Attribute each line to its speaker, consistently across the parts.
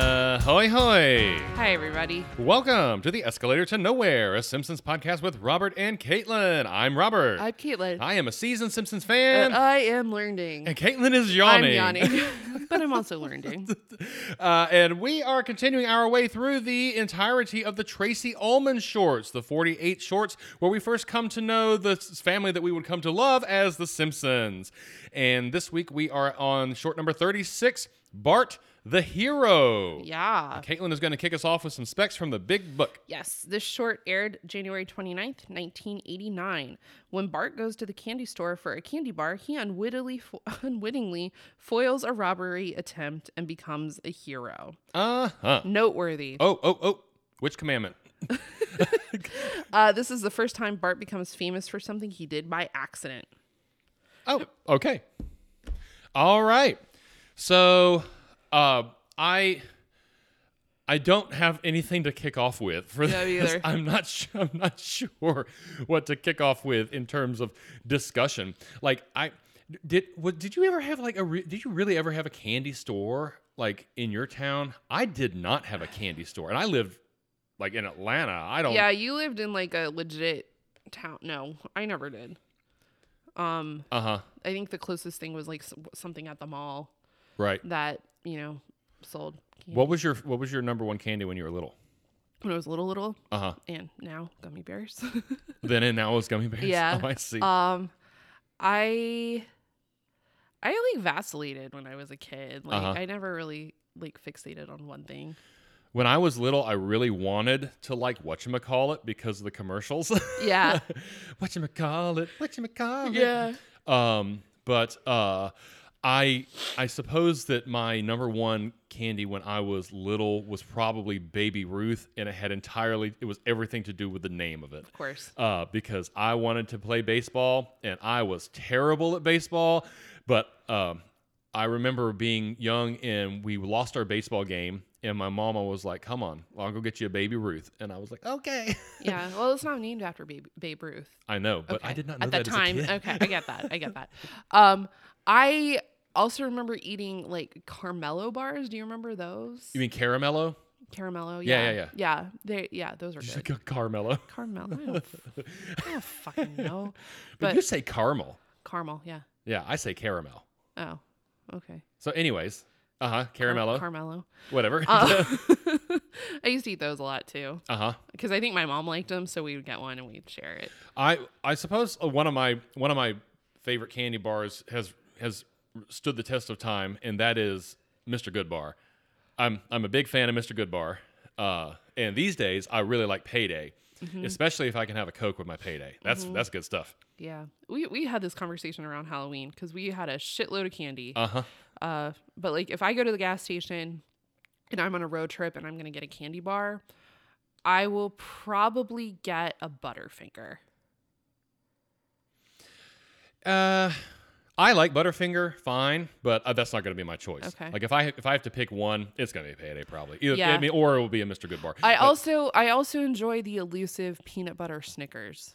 Speaker 1: Ahoy, hoy!
Speaker 2: Hi, everybody.
Speaker 1: Uh, Welcome to the Escalator to Nowhere, a Simpsons podcast with Robert and Caitlin. I'm Robert.
Speaker 2: I'm Caitlin.
Speaker 1: I am a seasoned Simpsons
Speaker 2: And
Speaker 1: fan,
Speaker 2: I am learning.
Speaker 1: and Caitlin is
Speaker 2: Uh, I'm
Speaker 1: yawning.
Speaker 2: yawning, but I'm also learning.
Speaker 1: Uh, and we are continuing our way through the entirety of the Tracy Ullman shorts, the 48 shorts, where we first come to know the s- family that we would come to love as The Simpsons. And this week we are on short number 36, Bart the Hero.
Speaker 2: Yeah.
Speaker 1: Caitlin is going to kick us off with some specs from the big book.
Speaker 2: Yes, this short aired January 29th, 1989. When Bart goes to the candy store for a candy bar, he unwittingly, fo- unwittingly foils a robbery attempt and becomes a hero.
Speaker 1: Uh huh.
Speaker 2: Noteworthy.
Speaker 1: Oh, oh, oh. Which commandment?
Speaker 2: Uh, this is the first time Bart becomes famous for something he did by accident.
Speaker 1: Oh, okay. All right. So, uh, I I don't have anything to kick off with for
Speaker 2: Yeah, me
Speaker 1: this.
Speaker 2: either.
Speaker 1: I'm not su- I'm not sure what to kick off with in terms of discussion. Like I did what, did you ever have like a re- did you really ever have a candy store like in your town? I did not have a candy store and I lived like in Atlanta. I don't
Speaker 2: Yeah, you lived in like a legit town. No, I never did. Um,
Speaker 1: uh-huh.
Speaker 2: I think the closest thing was like s- something at the mall
Speaker 1: Right.
Speaker 2: that you know sold candy.
Speaker 1: What was your what was your number one candy when you were little?
Speaker 2: when I was little, little,
Speaker 1: Uh huh.
Speaker 2: and now gummy bears.
Speaker 1: Then and now it's gummy bears.
Speaker 2: Yeah.
Speaker 1: Oh, I see.
Speaker 2: um, I I like vacillated when I was a kid. Like
Speaker 1: Uh-huh.
Speaker 2: I never really like fixated on one thing.
Speaker 1: when I was little, I really wanted to like whatchamacallit because of the commercials.
Speaker 2: Yeah,
Speaker 1: whatchamacallit, whatchamacallit.
Speaker 2: yeah.
Speaker 1: Um, but uh, I I suppose that my number one candy when I was little was probably Baby Ruth, and it had entirely it was everything to do with the name of it.
Speaker 2: Of course.
Speaker 1: uh, because I wanted to play baseball and I was terrible at baseball. But um, I remember being young and we lost our baseball game, and my mama was like, "Come on, I'll go get you a baby Ruth," and I was like, "Okay."
Speaker 2: Yeah. Well, it's not named after Babe, Babe Ruth.
Speaker 1: I know, but I
Speaker 2: Okay.
Speaker 1: did not know
Speaker 2: at
Speaker 1: that
Speaker 2: that
Speaker 1: as a
Speaker 2: time.
Speaker 1: kid.
Speaker 2: okay, I get that. I get that. Um, I also remember eating like Carmelo bars. Do you remember those?
Speaker 1: You mean caramello?
Speaker 2: Caramello.
Speaker 1: Yeah,
Speaker 2: Yeah,
Speaker 1: yeah,
Speaker 2: yeah. they, yeah, those are
Speaker 1: She's
Speaker 2: good.
Speaker 1: like a Carmelo.
Speaker 2: Carmel. I don't, f- I don't fucking know.
Speaker 1: But
Speaker 2: But-
Speaker 1: you say caramel.
Speaker 2: Caramel. Yeah.
Speaker 1: Yeah, I say caramel.
Speaker 2: Oh. Okay.
Speaker 1: So, anyways, uh huh,
Speaker 2: Car-
Speaker 1: caramello,
Speaker 2: Carmelo.
Speaker 1: whatever.
Speaker 2: Uh, I used to eat those a lot too
Speaker 1: uh huh.
Speaker 2: because I think my mom liked them, so we would get one and we'd share it.
Speaker 1: I I suppose uh, one of my one of my favorite candy bars has has stood the test of time, and that is Mr. Goodbar. I'm I'm a big fan of Mr. Goodbar, uh, and these days I really like Payday,
Speaker 2: Mm-hmm.
Speaker 1: especially if I can have a Coke with my Payday. That's that's good stuff.
Speaker 2: Yeah. We we had this conversation around Halloween because we had a shitload of candy.
Speaker 1: Uh huh.
Speaker 2: Uh, but like if I go to the gas station and I'm on a road trip and I'm gonna get a candy bar, I will probably get a Butterfinger.
Speaker 1: Uh, I like Butterfinger, fine, but uh, that's not going to be my choice.
Speaker 2: Okay.
Speaker 1: Like if I if I have to pick one, it's going to be Payday probably. Either,
Speaker 2: Yeah.
Speaker 1: I mean, or it will be a Mr. Goodbar.
Speaker 2: I
Speaker 1: But-
Speaker 2: also I also enjoy the elusive peanut butter Snickers.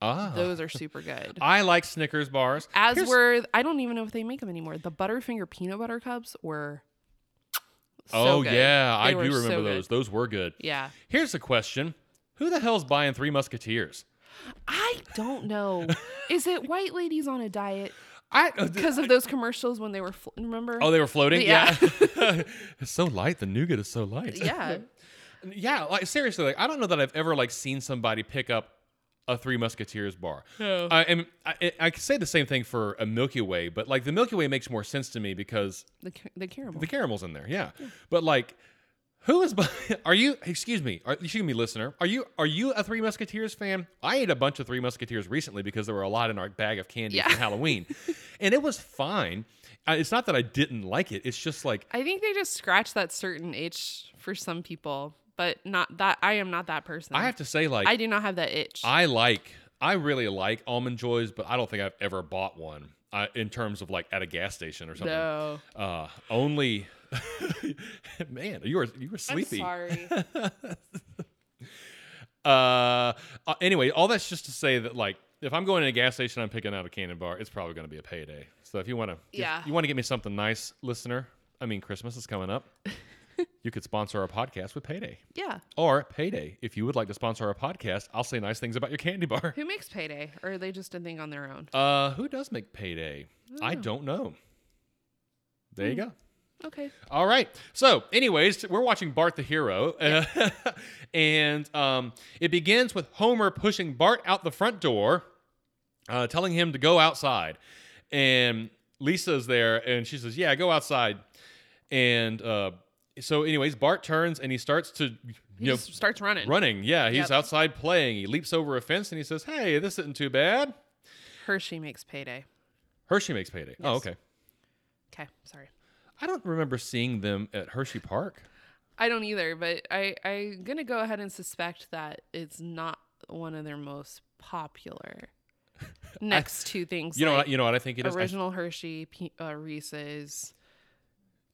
Speaker 1: ah,
Speaker 2: Those are super good.
Speaker 1: I like Snickers bars.
Speaker 2: As
Speaker 1: Uh, Here's-
Speaker 2: were I don't even know if they make them anymore. The Butterfinger peanut butter cups were. so
Speaker 1: oh
Speaker 2: good.
Speaker 1: yeah, I
Speaker 2: They
Speaker 1: do
Speaker 2: were so
Speaker 1: remember
Speaker 2: good.
Speaker 1: those. Those were good.
Speaker 2: Yeah,
Speaker 1: Here's a question: Who the hell's buying Three Musketeers?
Speaker 2: I don't know. Is it white ladies on a diet
Speaker 1: I uh,
Speaker 2: because of those commercials when they were? Fl- remember?
Speaker 1: oh, they were floating. Yeah,
Speaker 2: Yeah.
Speaker 1: it's so light. The nougat is so light.
Speaker 2: yeah.
Speaker 1: yeah. Like seriously, like I don't know that I've ever like seen somebody pick up a Three Musketeers bar.
Speaker 2: No.
Speaker 1: I am. I, I- I could say the same thing for a Milky Way, but like the Milky Way makes more sense to me because
Speaker 2: The ca- the caramel.
Speaker 1: the caramel's in there. Yeah, but like. Who is? bu- Are you? Excuse me. Are, excuse me, listener. Are you? Are you a Three Musketeers fan? I ate a bunch of Three Musketeers recently because there were a lot in our bag of candy
Speaker 2: Yeah.
Speaker 1: for Halloween, and it was fine. Uh, It's not that I didn't like it. It's just like
Speaker 2: I think they just scratch that certain itch for some people, but not that I am not that person.
Speaker 1: I have to say, like
Speaker 2: I
Speaker 1: I,
Speaker 2: do not have that itch.
Speaker 1: like, I really like almond joys, but I don't think I've ever bought one uh, in terms of like at a gas station or something.
Speaker 2: no.
Speaker 1: Uh, only, man, you were you were sleepy.
Speaker 2: sorry.
Speaker 1: uh, uh, anyway, all that's just to say that like if I'm going to a gas station, I'm picking out a cannon bar. It's probably going to be a payday. So if you want to,
Speaker 2: Yeah.
Speaker 1: you want to get me something nice, listener. I mean, Christmas is coming up. You could sponsor our podcast with Payday.
Speaker 2: Yeah.
Speaker 1: Or Payday, if you would like to sponsor our podcast, I'll say nice things about your candy bar.
Speaker 2: Who makes Payday? Or are they just a thing on their own?
Speaker 1: Uh, who does make Payday? I don't know. There you
Speaker 2: Hmm.
Speaker 1: go.
Speaker 2: Okay.
Speaker 1: All right. So, anyways, we're watching Bart the Hero, and um, it begins with Homer pushing Bart out the front door, uh, telling him to go outside. And Lisa's there, and she says, "Yeah, go outside." And uh, so, anyways, Bart turns and he starts to, you
Speaker 2: He
Speaker 1: know,
Speaker 2: just starts running.
Speaker 1: running. Yeah, he's
Speaker 2: Yep.
Speaker 1: outside playing. He leaps over a fence and he says, "Hey, this isn't too bad."
Speaker 2: Hershey makes Payday.
Speaker 1: Hershey makes payday. Oh,
Speaker 2: Yes.
Speaker 1: okay.
Speaker 2: Okay. Sorry.
Speaker 1: I don't remember seeing them at Hershey Park.
Speaker 2: I don't either, but I, I'm going to go ahead and suspect that it's not one of their most popular next to things
Speaker 1: You know,
Speaker 2: like
Speaker 1: what, you know what I think it is. I-
Speaker 2: original Hershey, P- uh, Reese's,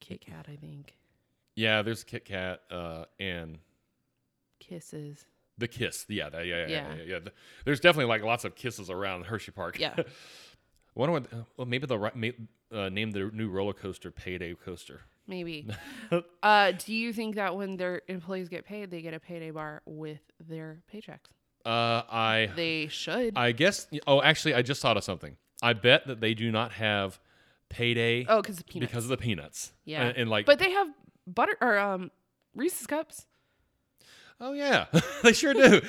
Speaker 2: Kit Kat, I think,
Speaker 1: yeah, there's Kit Kat uh, and
Speaker 2: Kisses.
Speaker 1: the Kiss. Yeah, that, yeah, yeah, yeah,
Speaker 2: Yeah.
Speaker 1: yeah, yeah. There's definitely like lots of kisses around Hershey Park.
Speaker 2: Yeah.
Speaker 1: Wonder what? uh, Well, maybe they'll ri- ma- uh, name the new roller coaster Payday Coaster.
Speaker 2: Maybe. uh, do you think that when their employees get paid, they get a payday bar with their paychecks?
Speaker 1: Uh, I
Speaker 2: They should.
Speaker 1: I guess. Oh, actually, I just thought of something. I bet that they do not have Payday
Speaker 2: oh, because the peanuts.
Speaker 1: because of the peanuts.
Speaker 2: yeah.
Speaker 1: and, and like,
Speaker 2: but they have butter or um Reese's cups.
Speaker 1: oh yeah, they sure do.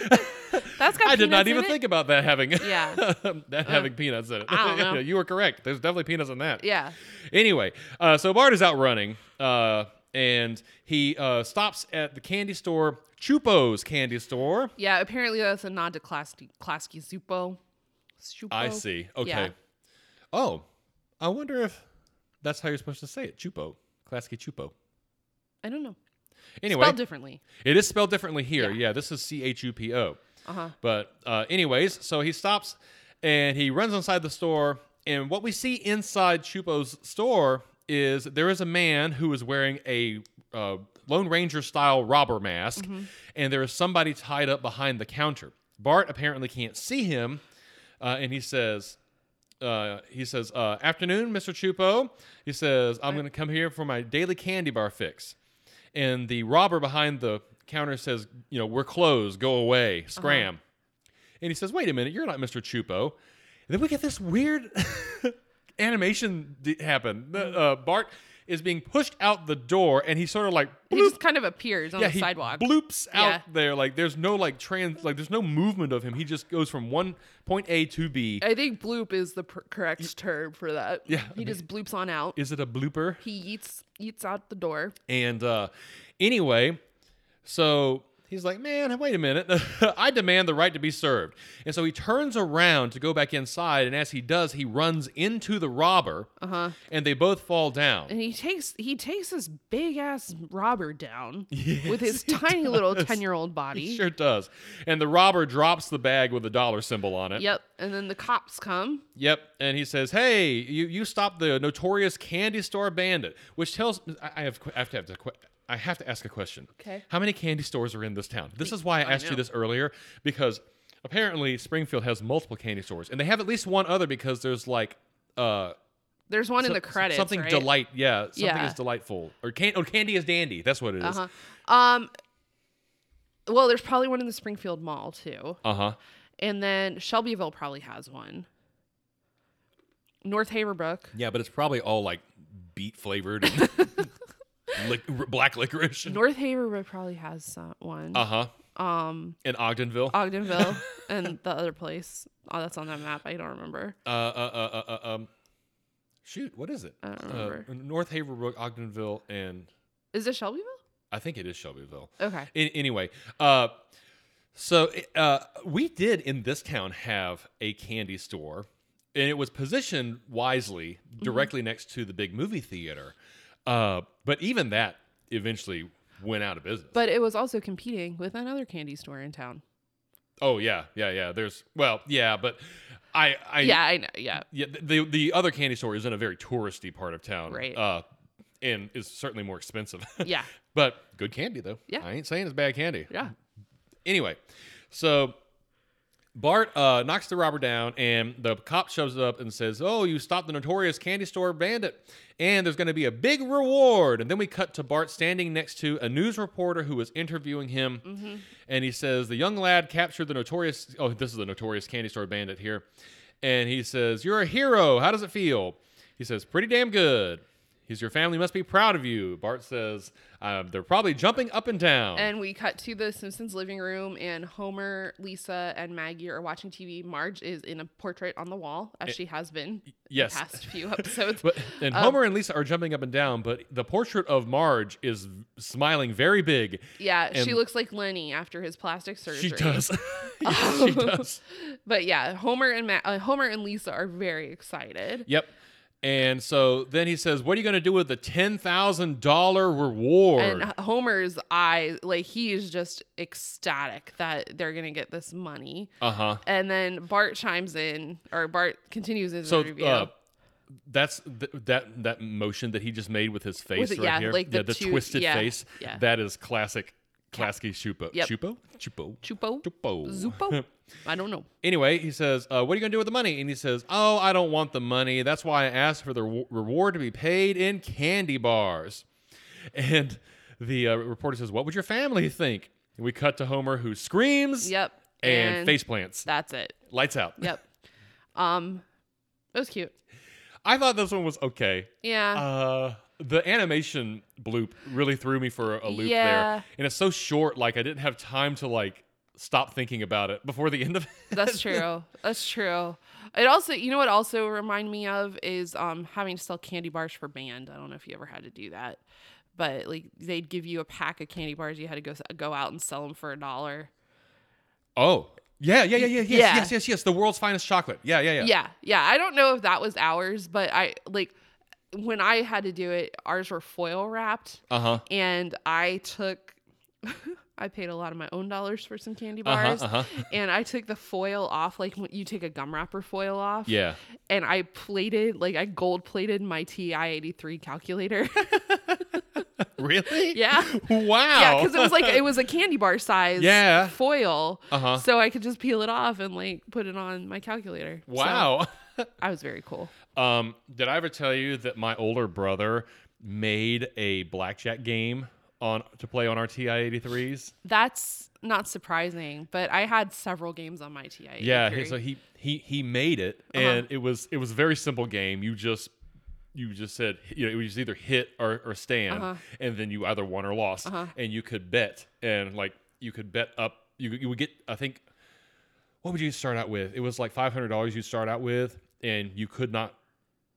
Speaker 2: That's got.
Speaker 1: I did not
Speaker 2: peanuts in
Speaker 1: even
Speaker 2: it?
Speaker 1: think about that having
Speaker 2: Yeah. Uh,
Speaker 1: that having peanuts in it.
Speaker 2: I don't know.
Speaker 1: you were correct. There's definitely peanuts in that.
Speaker 2: Yeah.
Speaker 1: Anyway, uh, so Bart is out running, uh, and he uh, stops at the candy store, Chupo's candy store.
Speaker 2: Yeah. Apparently, that's a nod to Klasky, Klasky Zupo. Zupo.
Speaker 1: I see. Okay.
Speaker 2: Yeah.
Speaker 1: Oh, I wonder if that's how you're supposed to say it, Chupo, Klasky Chupo.
Speaker 2: I don't know.
Speaker 1: Anyway,
Speaker 2: Spelled differently.
Speaker 1: it is spelled differently here. Yeah, this is C H U P O.
Speaker 2: Uh-huh.
Speaker 1: But uh, anyways, so he stops and he runs inside the store. And what we see inside Chupo's store is there is a man who is wearing a uh, Lone Ranger style robber mask, and there is somebody tied up behind the counter. Bart apparently can't see him, uh, and he says. Uh, he says, uh, "Afternoon, Mr. Chupo." He says, "I'm going to come here for my daily candy bar fix." And the robber behind the counter says, "You know, we're closed. Go
Speaker 2: Uh-huh.
Speaker 1: away. Scram." And he says, "Wait a minute, you're not Mr. Chupo." And then we get this weird animation d- happen. The,
Speaker 2: Mm-hmm.
Speaker 1: uh, Bart is being pushed out the door, and he sort of like
Speaker 2: He
Speaker 1: bloop-
Speaker 2: just kind of appears on
Speaker 1: yeah,
Speaker 2: the
Speaker 1: he
Speaker 2: sidewalk.
Speaker 1: bloops out
Speaker 2: Yeah.
Speaker 1: there. Like there's no like trans, like there's no movement of him. He just goes from one point A to B.
Speaker 2: I think bloop is the pr- correct term for that.
Speaker 1: Yeah, I
Speaker 2: He
Speaker 1: mean-
Speaker 2: just bloops on out.
Speaker 1: Is it a blooper?
Speaker 2: He eats eats out the door.
Speaker 1: And uh, anyway, so he's like, man, wait a minute. I demand the right to be served. And so he turns around to go back inside. And as he does, he runs into the robber.
Speaker 2: Uh-huh.
Speaker 1: And they both fall down.
Speaker 2: And he takes he takes this big ass robber down with his tiny little ten year old body.
Speaker 1: He sure does. And the robber drops the bag with the dollar symbol on it.
Speaker 2: Yep. And then the cops come.
Speaker 1: Yep. And he says, hey, you, you stopped the notorious candy store bandit, which tells I, I have, I have to have to. I have to ask a question.
Speaker 2: Okay.
Speaker 1: How many candy stores are in this town? This is why I asked you
Speaker 2: know.
Speaker 1: this earlier because apparently Springfield has multiple candy stores, and they have at least one other because there's like uh
Speaker 2: There's one in
Speaker 1: so-
Speaker 2: the credits.
Speaker 1: something
Speaker 2: right?
Speaker 1: delight. Yeah, something
Speaker 2: Yeah.
Speaker 1: is delightful or can- oh, candy is dandy. That's what it is.
Speaker 2: Uh-huh. Um well, there's probably one in the Springfield Mall too.
Speaker 1: Uh-huh.
Speaker 2: And then Shelbyville probably has one. North Haverbrook.
Speaker 1: Yeah, but it's probably all like beet flavored, and lic- r- black licorice.
Speaker 2: North Haverbrook probably has some, one.
Speaker 1: uh huh.
Speaker 2: um
Speaker 1: In Ogdenville.
Speaker 2: Ogdenville and the other place. Oh, that's on that map. I don't remember.
Speaker 1: uh, uh, uh, uh, uh, um, shoot, what is it?
Speaker 2: I don't remember.
Speaker 1: Uh, North Haverbrook, Ogdenville, and
Speaker 2: Is it Shelbyville?
Speaker 1: I think it is Shelbyville.
Speaker 2: Okay.
Speaker 1: An- anyway, uh, so uh, we did in this town have a candy store, and it was positioned wisely
Speaker 2: Mm-hmm.
Speaker 1: directly next to the big movie theater. Uh, but even that eventually went out of business.
Speaker 2: But it was also competing with another candy store in town.
Speaker 1: oh yeah, yeah, yeah. There's well, yeah, but I, I
Speaker 2: yeah, I know. Yeah.
Speaker 1: Yeah, th- the the other candy store is in a very touristy part of town,
Speaker 2: Right.
Speaker 1: Uh, and is certainly more expensive.
Speaker 2: Yeah.
Speaker 1: but good candy though.
Speaker 2: Yeah.
Speaker 1: I ain't saying it's bad candy.
Speaker 2: Yeah.
Speaker 1: Anyway, so Bart uh, knocks the robber down, and the cop shows up and says, "Oh, you stopped the notorious candy store bandit, and there's going to be a big reward." And then we cut to Bart standing next to a news reporter who is interviewing him, and he says, "The young lad captured the notorious. Oh, this is the notorious candy store bandit here." And he says, "You're a hero. How does it feel?" He says, "Pretty damn good." He's your family must be proud of you. Bart says, um, "They're probably jumping up and down."
Speaker 2: And we cut to the Simpsons living room, and Homer, Lisa, and Maggie are watching TV. Marge is in a portrait on the wall, as she has been
Speaker 1: Eh, yes.
Speaker 2: the past few episodes.
Speaker 1: But and
Speaker 2: Um,
Speaker 1: Homer and Lisa are jumping up and down, but the portrait of Marge is v- smiling very big.
Speaker 2: yeah, she
Speaker 1: and-
Speaker 2: looks like Lenny after his plastic surgery.
Speaker 1: She does. Yes,
Speaker 2: Um,
Speaker 1: she does.
Speaker 2: But yeah, Homer and Ma- uh, Homer and Lisa are very excited.
Speaker 1: Yep. And so then he says, "What are you going to do with the ten thousand dollar reward?"
Speaker 2: And uh, Homer's eye, like he is just ecstatic that they're gonna get this money.
Speaker 1: Uh huh.
Speaker 2: And then Bart chimes in, or Bart continues his
Speaker 1: So
Speaker 2: review.
Speaker 1: uh, that's th- that that motion that he just made with his face
Speaker 2: With it-
Speaker 1: right
Speaker 2: yeah,
Speaker 1: here.
Speaker 2: like the
Speaker 1: yeah, the
Speaker 2: two-
Speaker 1: twisted
Speaker 2: yeah,
Speaker 1: face.
Speaker 2: yeah.
Speaker 1: That is classic, classic Chupo.
Speaker 2: Yep.
Speaker 1: Chupo. Chupo.
Speaker 2: Chupo,
Speaker 1: Chupo.
Speaker 2: Zupo, I don't know.
Speaker 1: Anyway, he says, uh, "What are you gonna do with the money?" And he says, "Oh, I don't want the money. That's why I asked for the re- reward to be paid in candy bars." And the uh, reporter says, "What would your family think?" And we cut to Homer, who screams
Speaker 2: Yep.
Speaker 1: and, face plants,
Speaker 2: That's it.
Speaker 1: lights out.
Speaker 2: Yep. Um, it was cute.
Speaker 1: I thought this one was okay.
Speaker 2: Yeah.
Speaker 1: Uh, the animation bloop really threw me for a loop
Speaker 2: Yeah.
Speaker 1: there, and it's so short. Like I didn't have time to like stop thinking about it before the end of it.
Speaker 2: That's true. That's true. It also, you know what also remind me of is um having to sell candy bars for band. I don't know if you ever had to do that. But like they'd give you a pack of candy bars, you had to go s- go out and sell them for a dollar.
Speaker 1: Oh. Yeah, yeah, yeah, yeah, yes,
Speaker 2: Yeah.
Speaker 1: yes, yes, yes. The world's finest chocolate. Yeah, yeah, yeah.
Speaker 2: Yeah, yeah. I don't know if that was ours, but I like when I had to do it, ours were foil wrapped,
Speaker 1: Uh huh.
Speaker 2: and I took. I paid a lot of my own dollars for some candy bars,
Speaker 1: uh-huh.
Speaker 2: and I took the foil off, like when you take a gum wrapper foil off.
Speaker 1: Yeah.
Speaker 2: and I plated, like I gold plated my TI eighty three calculator.
Speaker 1: Really?
Speaker 2: yeah.
Speaker 1: Wow.
Speaker 2: Yeah, because it was like it was a candy bar size
Speaker 1: Yeah.
Speaker 2: foil,
Speaker 1: Uh-huh.
Speaker 2: so I could just peel it off and like put it on my calculator. So,
Speaker 1: wow.
Speaker 2: I was very cool.
Speaker 1: Um, did I ever tell you that my older brother made a blackjack game on to play on our TI 83s?
Speaker 2: That's not surprising, but I had several games on my TI.
Speaker 1: Yeah. he- So he he he made it, and it was it was a very simple game. You just you just said you know it was either hit or, or stand, and then you either won or lost, and you could bet and like you could bet up. You you would get I think what would you start out with? It was like five hundred dollars you start out with, and you could not.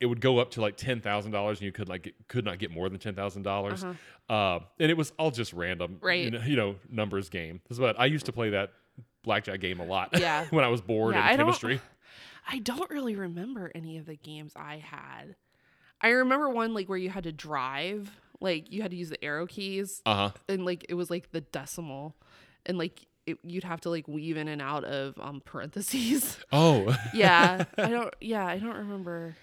Speaker 1: It would go up to like ten thousand dollars, and you could like get, could not get more than ten dollars. Uh, and it was all just random, You
Speaker 2: Right.
Speaker 1: know, you know numbers game. This is what I used to play that blackjack game a lot.
Speaker 2: Yeah.
Speaker 1: when I was bored
Speaker 2: Yeah,
Speaker 1: in
Speaker 2: I don't-
Speaker 1: chemistry.
Speaker 2: I don't really remember any of the games I had. I remember one like where you had to drive, like you had to use the arrow keys,
Speaker 1: Uh huh.
Speaker 2: and like it was like the decimal, and like it, you'd have to like weave in and out of um parentheses.
Speaker 1: Oh,
Speaker 2: yeah, I don't. Yeah, I don't remember.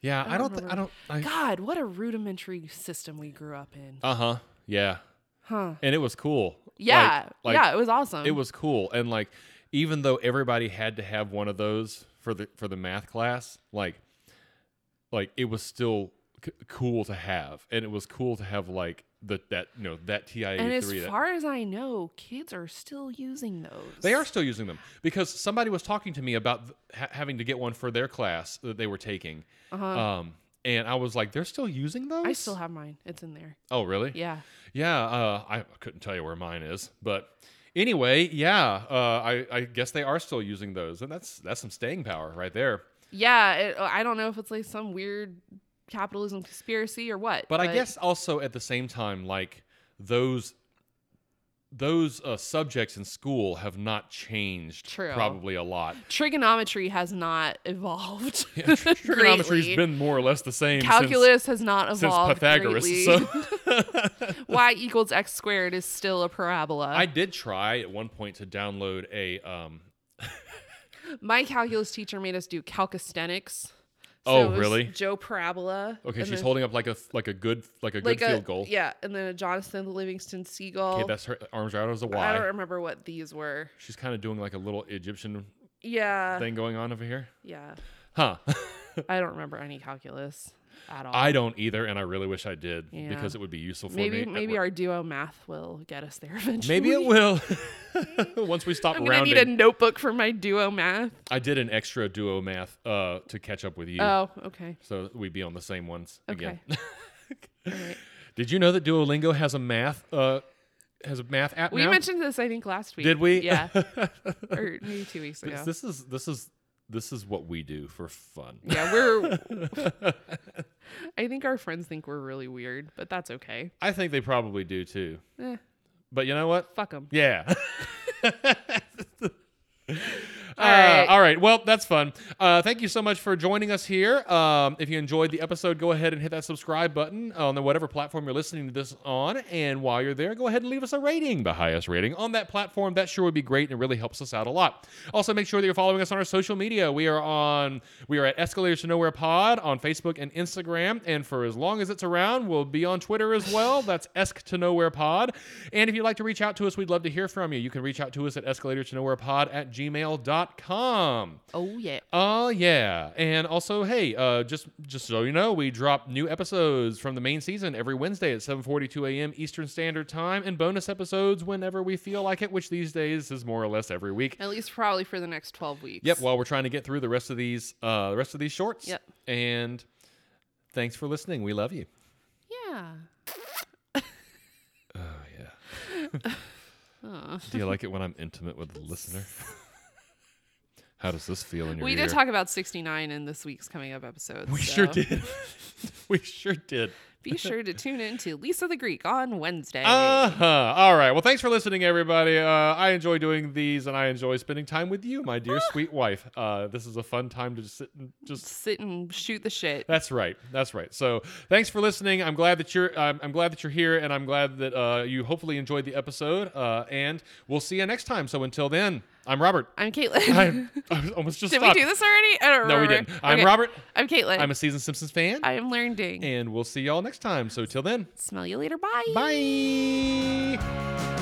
Speaker 1: yeah. I
Speaker 2: I
Speaker 1: don't.
Speaker 2: don't
Speaker 1: thi- I don't. I,
Speaker 2: God, what a rudimentary system we grew up in,
Speaker 1: uh huh. Yeah.
Speaker 2: huh?
Speaker 1: And it was cool. Like-
Speaker 2: Yeah,
Speaker 1: like,
Speaker 2: yeah, it was awesome.
Speaker 1: it was cool and like even though everybody had to have one of those for the for the math class like like it was still c- cool to have and it was cool to have like the that you know that TI-83
Speaker 2: and as
Speaker 1: that-
Speaker 2: far as I know, kids are still using those.
Speaker 1: they are still using them because somebody was talking to me about th- ha- having to get one for their class that they were taking
Speaker 2: Uh-huh.
Speaker 1: um and I was like they're still using those
Speaker 2: I still have mine. It's in there.
Speaker 1: Oh really
Speaker 2: Yeah.
Speaker 1: Yeah, uh, I couldn't tell you where mine is, but anyway, yeah, uh, I, I guess they are still using those, and that's that's some staying power right there.
Speaker 2: Yeah. It, uh, I don't know if it's like some weird capitalism conspiracy or what.
Speaker 1: But I guess also at the same time, like those those uh, subjects in school have not changed
Speaker 2: True.
Speaker 1: probably a lot.
Speaker 2: trigonometry has not evolved.
Speaker 1: Yeah, tr- Trigonometry's
Speaker 2: greatly.
Speaker 1: been more or less the same since-
Speaker 2: Calculus has not
Speaker 1: since,
Speaker 2: evolved.
Speaker 1: Pythagoras.
Speaker 2: greatly.
Speaker 1: So
Speaker 2: y equals x squared is still a parabola.
Speaker 1: I did try at one point to download a um,
Speaker 2: My calculus teacher made us do calcastenics.
Speaker 1: Oh,
Speaker 2: it was
Speaker 1: really?
Speaker 2: Joe Parabola.
Speaker 1: Okay,
Speaker 2: and
Speaker 1: she's
Speaker 2: then-
Speaker 1: holding up like a like a good like a good
Speaker 2: like a,
Speaker 1: field goal.
Speaker 2: Yeah, and then a Jonathan Livingston Seagull.
Speaker 1: Okay, that's her arms are out as a
Speaker 2: I don't
Speaker 1: Y.
Speaker 2: remember what these were.
Speaker 1: She's kind of doing like a little Egyptian
Speaker 2: Yeah.
Speaker 1: thing going on over here?
Speaker 2: yeah.
Speaker 1: Huh.
Speaker 2: I don't remember any calculus at all.
Speaker 1: I don't either, and I really wish I did
Speaker 2: Yeah.
Speaker 1: because it would be useful for me.
Speaker 2: maybe
Speaker 1: at
Speaker 2: maybe
Speaker 1: work.
Speaker 2: our duo math will get us there eventually.
Speaker 1: maybe it will. Once we stop
Speaker 2: I'm gonna
Speaker 1: rounding,
Speaker 2: need a notebook for my duo math.
Speaker 1: I did an extra duo math uh, to catch up with you,
Speaker 2: Oh, okay.
Speaker 1: so we'd be on the same ones again.
Speaker 2: Okay. All right.
Speaker 1: Did you know that Duolingo has a math uh, has a math app
Speaker 2: We
Speaker 1: now?
Speaker 2: mentioned this I think last week.
Speaker 1: Did we?
Speaker 2: Yeah. or maybe two weeks ago.
Speaker 1: This is this is this is what we do for fun.
Speaker 2: yeah, we're I think our friends think we're really weird, but that's okay.
Speaker 1: I think they probably do too.
Speaker 2: Eh.
Speaker 1: But you know what?
Speaker 2: Fuck them.
Speaker 1: Yeah.
Speaker 2: All
Speaker 1: Uh,
Speaker 2: right.
Speaker 1: all right. Well, that's fun. Uh, thank you so much for joining us here. Um, if you enjoyed the episode, go ahead and hit that subscribe button on the whatever platform you're listening to this on. And while you're there, go ahead and leave us a rating, the highest rating on that platform. That sure would be great and it really helps us out a lot. Also, make sure that you're following us on our social media. We are on we are at Escalators to Nowhere Pod on Facebook and Instagram. And for as long as it's around, we'll be on Twitter as well. That's Esk to Nowhere Pod. And if you'd like to reach out to us, we'd love to hear from you. You can reach out to us at escalator to nowhere pod at gmail.com.
Speaker 2: Oh yeah.
Speaker 1: Oh yeah, and also hey, uh, just just so you know, we drop new episodes from the main season every Wednesday at 7:42 a.m. Eastern Standard Time, and bonus episodes whenever we feel like it, which these days is more or less every week.
Speaker 2: At least probably for the next twelve weeks.
Speaker 1: Yep, while we're trying to get through the rest of these uh, the rest of these shorts.
Speaker 2: Yep.
Speaker 1: And thanks for listening. We love you.
Speaker 2: yeah.
Speaker 1: Oh yeah. Do you like it when I'm intimate with the listener? How does this feel in your
Speaker 2: We
Speaker 1: ear?
Speaker 2: did talk about 69 in this week's coming up episode.
Speaker 1: we
Speaker 2: so
Speaker 1: sure did. we sure did.
Speaker 2: Be sure to tune in to Lisa the Greek on Wednesday.
Speaker 1: Uh-huh. All right. Well, thanks for listening, everybody. Uh, I enjoy doing these, and I enjoy spending time with you, my dear
Speaker 2: Ah.
Speaker 1: sweet wife. Uh, this is a fun time to just sit and just.
Speaker 2: Sit and shoot the shit.
Speaker 1: That's right. That's right. So, thanks for listening. I'm glad that you're. I'm, I'm glad that you're here, and I'm glad that uh, you hopefully enjoyed the episode. Uh, and we'll see you next time. So, until then, I'm Robert.
Speaker 2: I'm Caitlin.
Speaker 1: I, I almost just
Speaker 2: did
Speaker 1: stopped.
Speaker 2: we do this already? I don't
Speaker 1: No, we
Speaker 2: remember.
Speaker 1: didn't. I'm
Speaker 2: Okay.
Speaker 1: Robert.
Speaker 2: I'm Caitlin.
Speaker 1: I'm a seasoned Simpsons fan,
Speaker 2: I am learning.
Speaker 1: and we'll see y'all next time. So, till then,
Speaker 2: Smell you later. Bye.
Speaker 1: bye.